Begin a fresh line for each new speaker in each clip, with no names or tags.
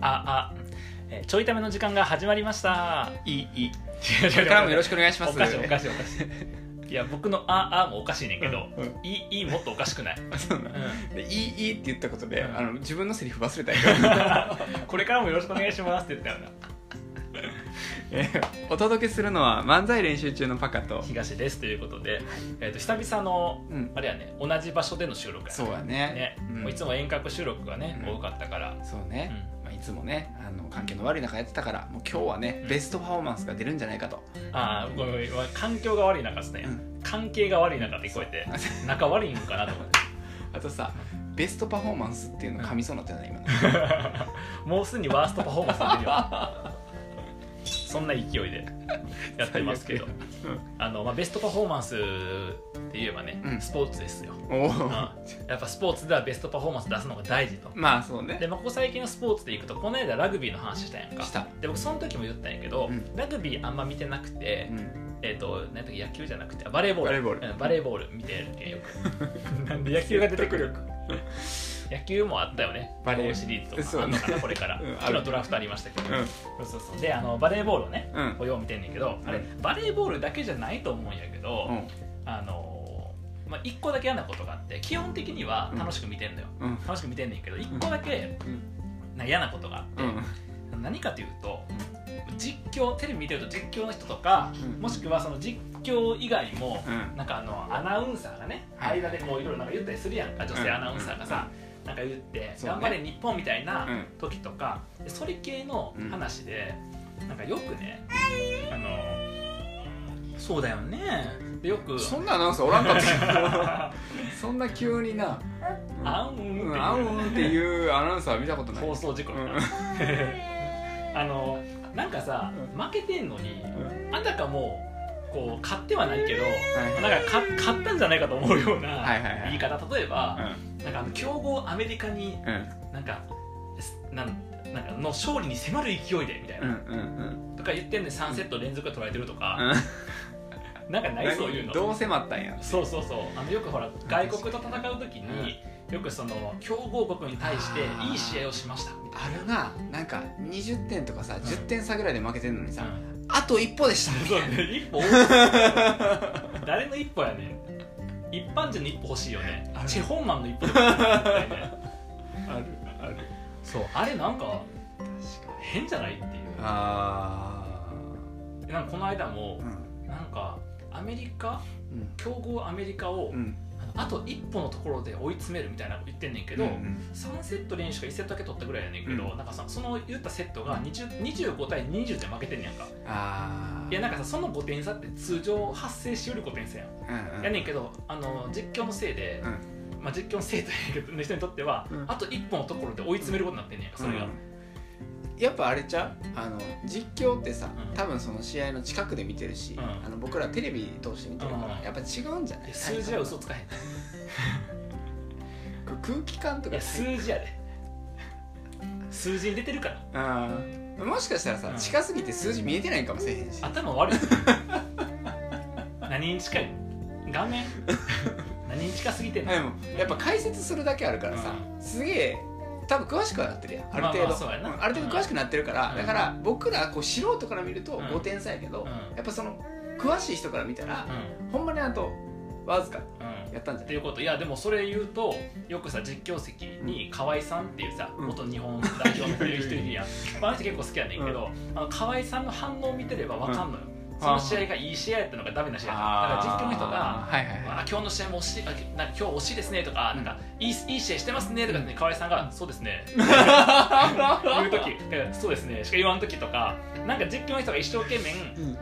ああえーちょいための時間が始まりましたいいいい
こ れからもよろしくお願いします
おかしいおかしいおかしいいや僕の「あ」あもおかしいねんけど、
うんうん
いいいいもっとおかしくない、
そうな
うんん、
でいいいいって言ったことで、
うん
あの自分のセリフ忘れたんや
これからもよろしくお願いしますって言ったよな
えお届けするのは漫才練習中のパカと、
東ですということで、えー、と久々の
うん、
あれやね同じ場所での収録や
そうだね
ね、
うん
もういつも遠隔収録がね、
うん
多かったから、
そう
う
ね、
ん
まあ、いつもねあの関係の悪い中やってたからもう今日はね、
うん
ベストパフォーマンスが出るんじゃないかと、
ああごめんごめん環境が悪い中ですね、
うん
関係が悪い中って聞こえて仲悪いんかなと思って
あとさベストパフォーマンスっていうの噛みそうになってない今 の
もうすでにワーストパフォーマンス出てるよそんな勢いでやってますけどあの、まあ、ベストパフォーマンスって言えばね、
うん
スポーツですよ、
おお
うん
ー
やっぱスポーツではベストパフォーマンス出すのが大事と
まあそうね
で、まあ、ここ最近のスポーツでいくとこの間ラグビーの話したやんか
した
で僕その時も言ったんやけど、
うん
ラグビーあんま見てなくて、
うん
えっ、と何だっけ野球じゃなくてあバレーボール
バレーボール
うんバレーボール見てるけんよ くなんで野球が出てくる 野球もあったよね
バレー
日本シリーズと
そ
か
う
あんのかなこれから、
うんある
昨日ドラフトありましたけど、
うん
そうそうそうであのバレーボールをね、
うん
こうよう見てんねんけど、あれ
う
バレーボールだけじゃないと思うんやけど、
うん
あのーまあ、1個だけ嫌なことがあって基本的には楽しく見てんだよ、
うん
楽しく見てんねんけど1個だけな嫌なことがあって、
うん
何かというと実況テレビ見てると実況の人とか、
うん
もしくはその実況以外も、
うん
なんかあのアナウンサーがね、
はい
間でこういろいろなんか言ったりするやんか女性アナウンサーがさ、なんか言って、
そうね
頑張れ日本みたいな
うん
時とか、それ系の話で、なんかよくねあのそうだよねでよく
そんなアナウンサーおらんかったけどそんな急になう ん
あんうん
うん、あうんっていうアナウンサーは見たことない。
放送事故みたいな、あのなんかさ負けてんのに、
うんはい
あたかもこう買ってはないけどなんかか買ったんじゃないかと思うよう
は
ない
はいはい
言い方例えばなんかあの強豪アメリカに
うん
なんかすなんなんかの勝利に迫る勢いでみたい
うん
な
うんうん
とか言ってんね3セット連続で取られてるとか
うん
なんかないそういうの
どう迫ったんや
そうそうそうあのよくほら外国と戦う時によくその強豪国に対していい試合をしましたみたい
あるななんか20点とかさ10点差ぐらいで負けてんのにさ、
な。うん
あと一歩でしたみ
そう
たいな
ね、一歩誰の一歩やねん一般人の一歩欲しいよね
ある
チェ・ホンマンの一歩でもいいよね
あるある
そうあれなんか
確かに
変じゃないっていう
あ
なんかこの間
ー
も
うん
なんかアメリカ
うん
強豪アメリカを、
うん
あのあと一歩のところで追い詰めるみたいなこと言ってんねんけ
け
ど、
うん
3セット連取か1セットだけ取ったぐらいやねんけど、
うん
なんかさその言ったセットが20 25対20で負けてんねやんか
あー
いやなんかさその5点差って通常発生しうる5点差やん
うんうん
やねんけどあの実況のせいで、
う
まあ、実況のせいという 人にとっては、
うん
あと一歩のところで追い詰めることになってんねやんかそれが、
うんやっぱあれちゃうあの実況ってさ、
うん
多分その試合の近くで見てるし、
うん
あの僕らテレビ通して見てるから、
うん
やっぱ違うんじゃない
いや数字は嘘つかへん
こう空気感と
い
か
や数字やで数字に出てるから
あーもしかしたらさ、
うん
近すぎて数字見えてないんかもしれへんし
頭 悪い何に近い画面何に近すぎてんの
でもやっぱ解説するだけあるからさ、すげえ多分詳しくはなってるやんある程度、
まあまあそうやな
うんある程度詳しくなってるから、
うん
だから僕らこう素人から見ると
うん
5点差やけど、
うん
やっぱその詳しい人から見たら
う、
ほんまにあとわずか
んうん
やったん
っ
じゃな
て
い
いうこといやでもそれ言うとよくさ実況席に河合さんっていうさ、
うん
元日本代表の人いる やんまああの人結構好きやねんけど、あの河合さんの反応を見てればわかんのよ、その試合がいい試合やったのかダメな試合だったのかだから実況の人が
あーはいはいはい
あ今日の試合も惜しいあなんか今日惜しいですねとか、
うん
なんかいいいい試合してますねとかね、河合さんがそうですね 言う時えそうですねしか言わん時とかなんか実況の人が一生懸命、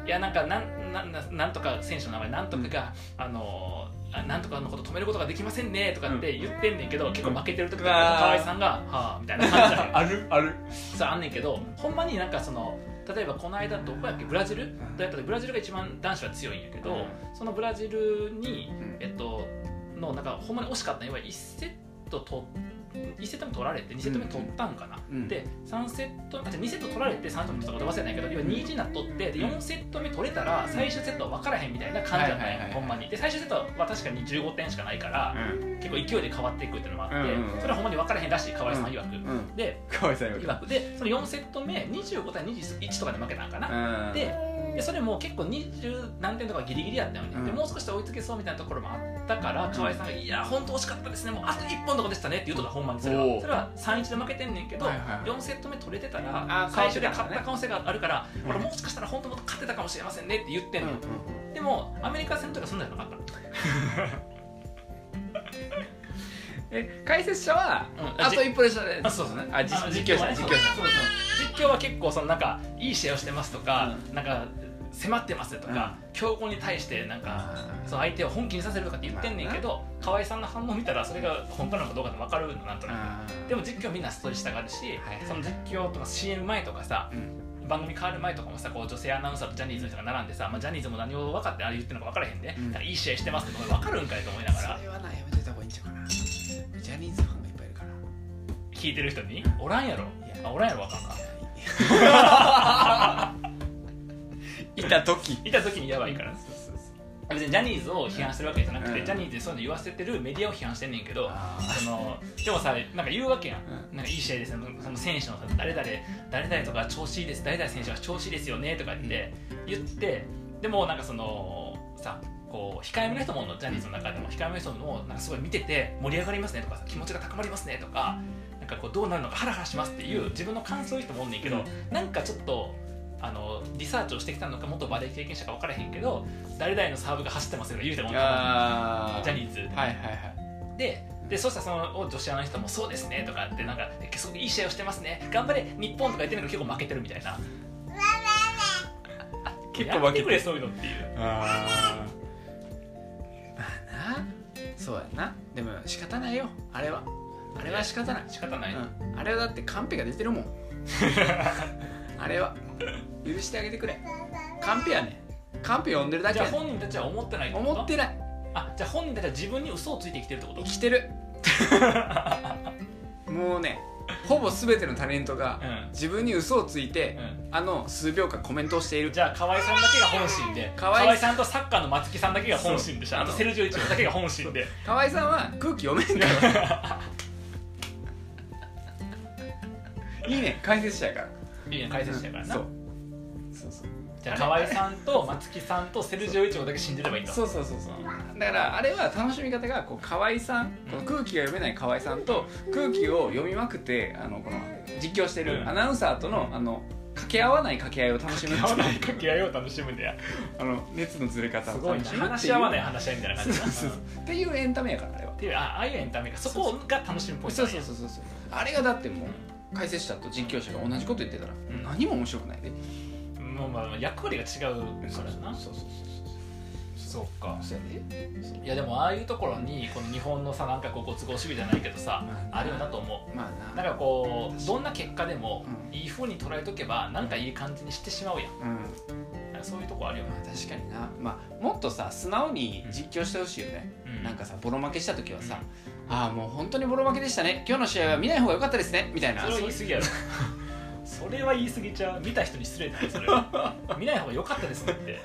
いやなんかなんなんなんなんとか選手の名前なんとかが、あのーあなんとかのこと止めることができませんねとかって言ってんねんけど、結構負けてる時とか
うわー
河合さんが「はあ」みたいな感じ だね
あるある
そうあんねんけどほんまになんかその例えばこの間どこやっけブラジルだったらブラジルが一番男子は強いんやけど、
うん
そのブラジルに
うん
えっと、のなんかほんまに惜しかったのいわゆる1セット取1セット目取られて2セット目取ったんかな、
うん
で3セットあじゃあ2セット取られて3セット目取ったか忘れないけど今2時になっとってで4セット目取れたら最終セットは分からへんみたいな感じだったん
はいはいはいはい
よほんまにで最終セットは確かに15点しかないから、
うん
結構勢いで変わっていくっていうのもあって、
うんうんうん
それはほんまに分からへんらしい河合さん曰く、
うん
で
河合さんより
曰くでその4セット目25対21とかで負けたんかな、
うん
ででそれも結構20何点とかギリギリやったよね、
うん
でもう少しで追いつけそうみたいなところもあったから河合さんが「いやー本当惜しかったですねもうあと1本とかでしたね」って言うとったほんまにそれ
お
は
う
それは3-1で負けてんねんけど、
はいはいはい
4セット目取れてた
あ
ら
ー
最初で
勝
勝
っ
って
た
た
ん
可能性があるから、
うん
俺もしかしたら本当もっと勝ってたかもしれませんねって言ってん
うん
の、でもアメリカ戦とかそんなんじゃなかった
え解説者は
うん
あと一歩でしたね
あそうそう
あ実
あの
実況者
はね
実
そう
況者
そう実況は結構そのなんかいい試合をしてますとか、なんか迫ってますとか、強豪に対してなんかその相手を本気にさせるとかって言ってんねんけど河合さんの反応見たらそれが本当なのかどうかって分かるのなんとな
あー
くでも実況みんなストーリーしたがるし、
はいはい
その実況とか CM 前とかさ
うん
番組変わる前とかもさこう女性アナウンサーとジャニーズの人が並んでさ、まあ、ジャニーズも何を分かってあれ言ってるのか分からへんで、
うん
だからいい試合してますってこれ分かるんかいと思いなが
そ
ら
れはなやめといた方がいいんちゃうかなジャニーズファンがいっぱいい るから
聞いてる人におらんやろ
いや
あおらんやろ分かんない
いた時
いた時にやばいから
そうそうそう
別にジャニーズを批判してるわけじゃなくて、
うん
ジャニーズにそういうの言わせてるメディアを批判してんねんけど、
あ
そのでもさなんか言うわけやん、
う
なんかいい試合ですねその選手のさ誰々誰々とか調子いいです誰々選手は調子いいですよねとかって言って、でもなんかそのさこう控えめな人もおんのジャニーズの中でも控えめな人もなんかすごい見てて盛り上がりますねとかさ気持ちが高まりますねとかなんかこうどうなるのかハラハラしますっていう自分の感想を言う人もおんねんけど、なんかちょっとあのリサーチをしてきたのか元バレー経験者か分からへんけど誰々のサーブが走ってますよとか言うてもんな
あ
ジャ
ー
ニーズ
はいはいはい
ででそしたらその女子アナの人も「そうですね」とかってなんか「すごくいい試合をしてますね頑張れ日本」とか言ってるのが結構負けてるみたいな
結構負
やっ
け
てく
て
れそういうのっていう
あーまあなそうやなでも仕方ないよあれはあれは仕方ない、
仕方ない、
うん、あれはだってカンペが出てるも んあれは許してあげてくれカンペやねんカンペ読んでるだけ
じゃ
や
あ
ねん
本人たちは思ってないってこと
思ってない
あじゃあ本人たちは自分に嘘をついてきてるってこと
生きて るもうねほぼ全てのタレントが
うん
自分に嘘をついて、
う
あの数秒間コメントをしている
じゃあ河合さんだけが本心で
河合
河合
さん
さんとサッカーの松木さんだけが本心でしょあとセルジオ一郎だけが本心で
河合さんは空気読めんから いいね解説者やから
いいね解説者やからな、
そうそうそう
じゃあ河合さんと松木さんとセルジオ一郎だけ信じればいいんだ
そうそうそうそうだからあれは楽しみ方がこう河合さんこの空気が読めない河合さんと空気を読みまくってあのこの実況して
う
る
ん
アナウンサーとのあの掛け合わない掛け合いを楽しむっていう
合わない掛け合いを楽しむんだよ
あの熱のずれ方
す
を
ごい
楽
な話
しむ
し合わない
っ
話し合いみたいな
てい
感
う
じだ
そうそうそうっていうエンタメやからあれは
っていうあああいうエンタメかそこが楽しみポイント
そう
なんや
そうそうそうそうあれがだってもう解説者と実況者が同じこと言ってたら
ん
何も面白くないで
もうまあまあ役割が違うからな
そうそう
そうか
そうそうやでそう
いやでもああいうところにこの日本のさなんかこうご都合主義じゃないけどさ
まあ
あるよなと思
ま
う
あ
な
なん
かこうどんな結果でも
うん
いい風に捉えとけばなんかいい感じにしてしまうやん
うん
なんかそういうとこあるよ
まあ
ね
確かにな、まあ、もっとさ素直に実況してほしいよね、
うん
なんかさボロ負けした時はさ、ああもう本当にボロ負けでしたね今日の試合は見ない方が良かったですねみたいな
それは言い過ぎ やろそれは言い過ぎちゃう見た人に失礼だよ それは見ない方が良かったですねって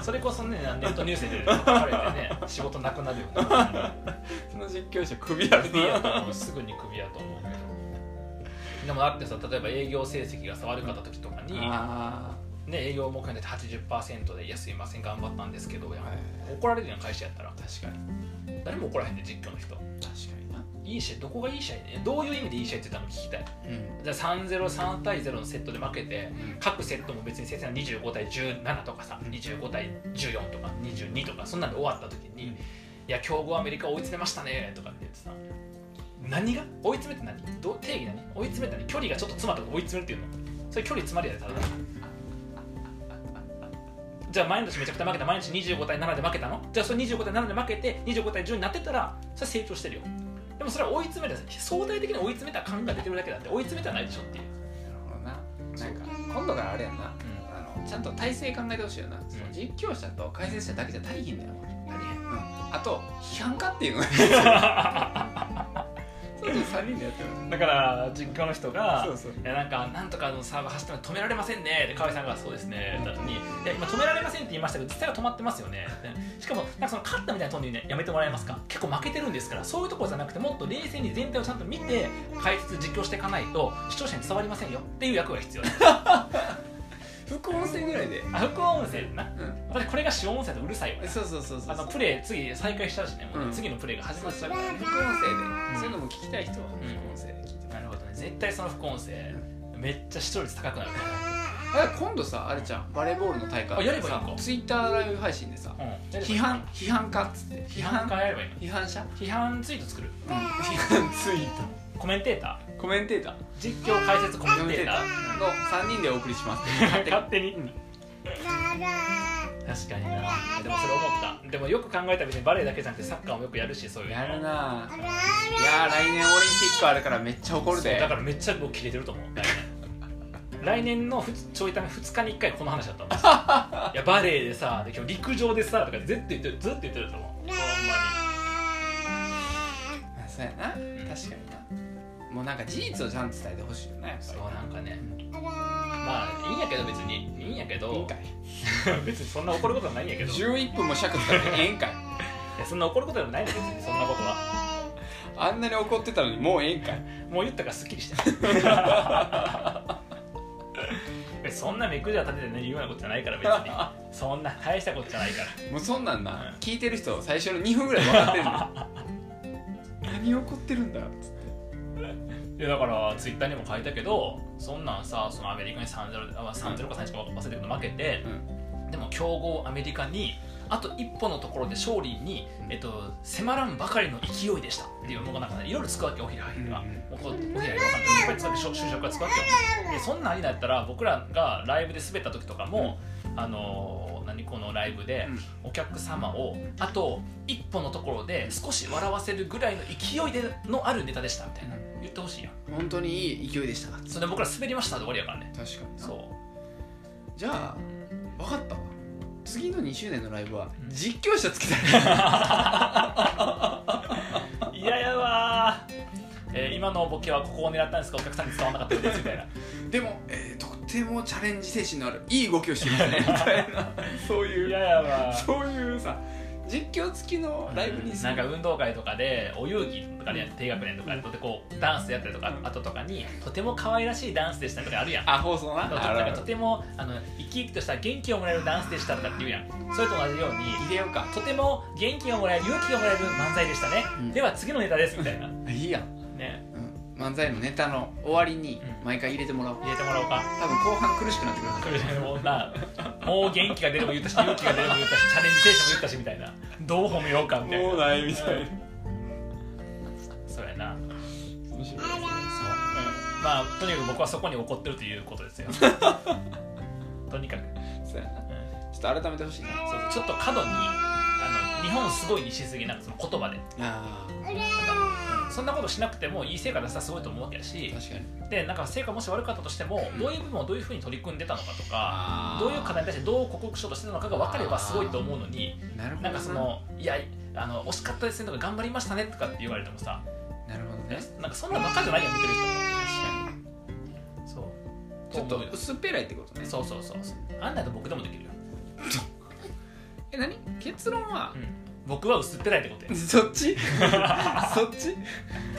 それこそねネットニュース で書かれてね仕事なくなるよね
その実況者クビやる
クビやと思うすぐにクビやと思うけどでもだってさ例えば営業成績がさ悪かった時とかに、
あ
ね、営業目標で80%で「いやすいません頑張ったんですけど」
あ
怒られるやん会社やったら
確かに
誰も怒らへんで実況の人
確かにない
い試合どこがいい試合ねどういう意味でいい試合って言ったの聞きたい
うん
じゃあ303対0のセットで負けて各セットも別に先生が25対17とかさ25対14とか22とかそんなんで終わった時に「いや強豪アメリカ追い詰めましたね」とかって言ってさ何が追い詰めって何どう定義何追い詰めって何距離がちょっと詰まったと追い詰めるっていうのそれ距離詰まるやでただじゃあ毎日めちゃくちゃ負けた毎日25対7で負けたのじゃあそれ25対7で負けて25対10になってたらそれ成長してるよでもそれは追い詰めた相対的に追い詰めた感が出てるだけだって追い詰めてはないでしょっていう
なるほどななんか今度からあれやんなあのちゃんと体制考えてほしいよな、その実況者と解説者だけじゃ足りひんだよ、
あり
うん、あと批判家っていうのがそうそう3人でやってる
だから実家の人が
そうそう
いやなんかなんとかのサーバー走っても止められませんね」で河合さんが「そうですね」だったのに「いや今止められません」って言いましたけど実際は止まってますよねでしかもなんかその勝ったみたいなトーンで、ね、やめてもらえますか結構負けてるんですからそういうところじゃなくてもっと冷静に全体をちゃんと見て解説実況していかないと視聴者に伝わりませんよっていう役が必要です
副音声ぐらいで
あ副音声な
う
私これが主音声だとうるさいわ
んそうそうそうそ
あ
う
のプレイ次再開しちゃうしねもうね、
うん
次のプレイが始まっちゃうか
副
ら
音声で、
うん
そういうのも聞きたい人は副音声で聞いてもら
なるほどね絶対その副音声めっちゃ視聴率高くなるか
うあ今度さあれじゃんバレーボールの大会
あやればいいのか
ツイッターライブ配信でさ
ら、うん、
批判批判家っつって
批判会やればいいの
批判者
批判ツイート作る
批判ツイー
コメンテータ
トコメンテーター
ー実況解説コメンテーター
の3人でお送りします
勝手に勝手に、確かになでもそれ思ったでもよく考えたら別にバレエだけじゃなくてサッカーもよくやるしそういうの
やるなぁいやー来年オリンピックあるからめっちゃ怒る
そう
で
だからめっちゃ僕切れてると思う来年来年のふつちょいため2日に1回この話だった もんいやバレエでさで今日陸上でさとかずっと言ってるずっと言ってると思うほんまに
まあそうやな確かになもうなんか事実をちゃんと伝えてほしいよなやっぱ
そう
り
なんかねまあいいんやけど別にいいんやけ
いいん
ど
かい
別にそんな怒ることはないんやけど
11分も尺使ってええ んかい
いやそんな怒ることでもないの別にそんなことは
あんなに怒ってたのにもうええんかい
もう言ったからすっきり してそんなめくじは立ててね言うようなことじゃないから別 にそんな大したことじゃないから
もうそんなんな
うん
聞いてる人最初の2分ぐらい分かってるの 何怒ってるんだよつって
いやだからツイッターにも書いたけどそんなんさそのアメリカに3-0であ3-0か3-1か忘れたけど負けて、でも強豪アメリカにあと一歩のところで勝利に、えっと、迫らんばかりの勢いでしたっていうのがなんかねいろいろつくわけおひらひが、
う
うんおこおひらひがさんっていっぱいつくわけ就職がつくわけよでそんなにだったら僕らがライブで滑った時とかも、あのー何このライブで
うん
お客様をあと一歩のところで少し笑わせるぐらいの勢いでのあるネタでしたみたいな言ってほしいやん
本当にいい勢いでした
それで僕ら滑りましたで終わりやからね
確かに
そう
じゃあ分かったわ次の2周年のライブは
うん
実況者つけたら
いややわーえー今のボケはここを狙ったんですがお客さんに伝わらなかったですみたいな
でも、えーとてもチャレンジ精神のあるいい動きをしてます ねみたいなそう
い
いう
ややわー
そういうさ実況付きのライブにす
な
る
んか運動会とかでお遊戯とかね低学年とかでこうダンスやったりとか
うん
あととかにとても可愛らしいダンスでしたとかあるやん
あ放送な
あとなんかとてもあの生き生きとした元気をもらえるダンスでしたとかって言うやんそれと同じように
入れようか
とても元気をもらえる勇気がもらえる漫才でしたね、
うん
では次のネタですみたいな
あいいやん、
ね
うん、漫才のネタの終わりに
うん
毎回入れてもらおう、
入れてもらおうか
多分後半苦しくなってくるはず
もうなもう元気が出るも言ったし勇気が出るも言ったしチャレンジ精神も言ったしみたいなどう褒めようかみたいな
ないみ
たいなそうやな
そ
まあとにかく僕はそこに怒ってるということです よとにかく、うん
うそうやな
そ
ちょっと改めてほしいな
うそうちょっと過度にあの日本すごいにしすぎなその言葉で
あ
そんなことしなくてもいい成果出したらすごいと思うわけや
ー
し
確かに
でなんか成果もし悪かったとしてもどういう部分をどういうふうに取り組んでたのかとか
あ
どういう課題に対してどう克服しようとしてたのかが分かればすごいと思うのに
なるほど
なんかその「いやあの惜しかったですね」とか「頑張りましたね」とかって言われてもさ
なるほどね
なんかそんなバカじゃないよ見てる人も
確
そう
かにちょっと
思うよ
薄っぺらいってことね
そうそうそうそうあんなやと僕でもできるよ、
え何結論は
う、ん、僕は薄っぺらいってことや
そっちそっち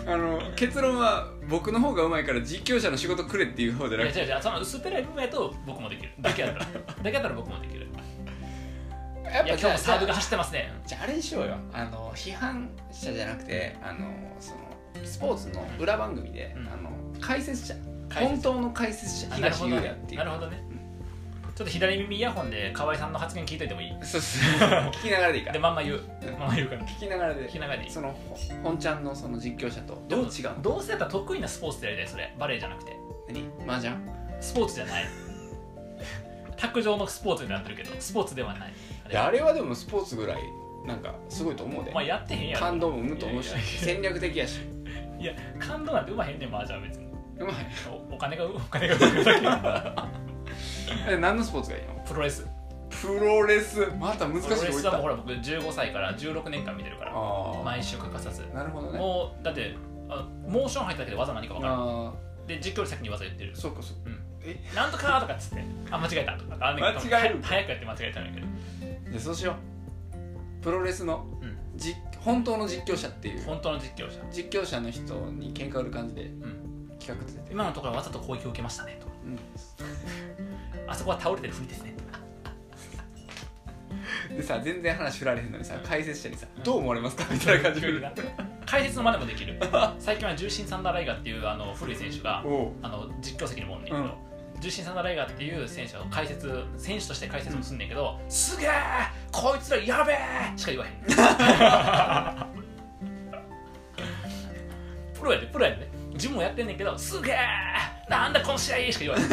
あの結論は僕の方がうまいから実況者の仕事くれっていう方じゃ
い
な
や
くて
違う違うその薄っぺらい部分やと僕もできるだけやった らだけやったら僕もできるい
や
や今日もサーブが走ってますね
じゃああれにしようよあの批判者じゃなくてあのそのスポーツの裏番組で、
うん
あの解説者
解
本
説
当の解説者
あなる
東
ほど
優也っていう
なるほどねちょっと左耳イヤホンで河合さんの発言聞いといてもいい
そう っす聞きながらでいいか
で
ら
まんま言う
うん
まんま言うから
聞きながらで
聞きながらでいい
そのほ本ちゃんのその実況者とどう違うの
どうせやったら得意なスポーツでやりたいそれバレエじゃなくて
何麻雀
スポーツじゃない卓上のスポーツになってるけどスポーツではないあ
いやあれはでもスポーツぐらいなんかすごいと思うで
お前やってへんやろ
感動も生むと思う
い
し
やいやいや
戦略的やし
いや感動なんて生まへんねんマージャンは別に
うまい
おお金がお金が生まれる だ
え何のスポーツがいいの
けプロレス
プロレスまた難しい
プロレ
こ
ス
と
はもう
言っ
ほら僕15歳から16年間見てるか
た
ら
あ
毎週欠かさず
あなるほどね
もうだってあモーション入っただけで技何か分か
あ
るで実況より先に技言ってる
ーそっかそっか
なんとかとかっつってあ間違えたとかあんねんけど
間違える
は早くやって間違えたんやけど
じゃあそうしようプロレスの
うん
実本当の実況者っていう
本当の実況者
実況者の人に喧嘩売る感じで
うん
企画立てて、
今のところはわざと攻撃を受けましたねとかあそこは倒れてるふりですねとか
うんでさ全然話振られへんのにさ解説者にさ
う
「
ん
どう思われますか?」みたいな感じで
急にな解説の真似もできる最近は重心サンダーライガーっていうあの古い選手が
おう
あの実況席にもおんねんけど、
うん
重心サンダーライガーっていう選手の解説選手として解説もすんねんけど、すげえこいつらやべえしか言わへん プロやでプロやでね自分もやってんねんけどすげえなんだこの試合しか言わへん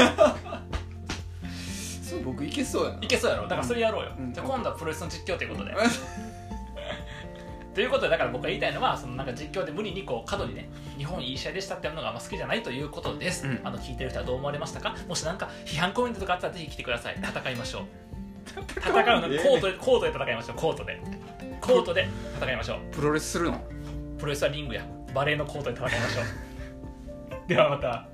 そう僕いけそうやない
けそうやろだからそれやろうよ、
うん
じゃあ今度はプロレスの実況ということで ということでだから僕が言いたいのはそのなんか実況で無理にこう過度にね日本いい試合でしたってやるのがあんま好きじゃないということです、
うん
あの聞いてる人はどう思われましたかもし何か批判コメントとかあったらぜひ来てください戦いましょう戦うのコートでコートで戦いましょうコートでコートで戦いましょう
プロレスするの
プロレスはリングやバレーのコートで戦いましょうではまた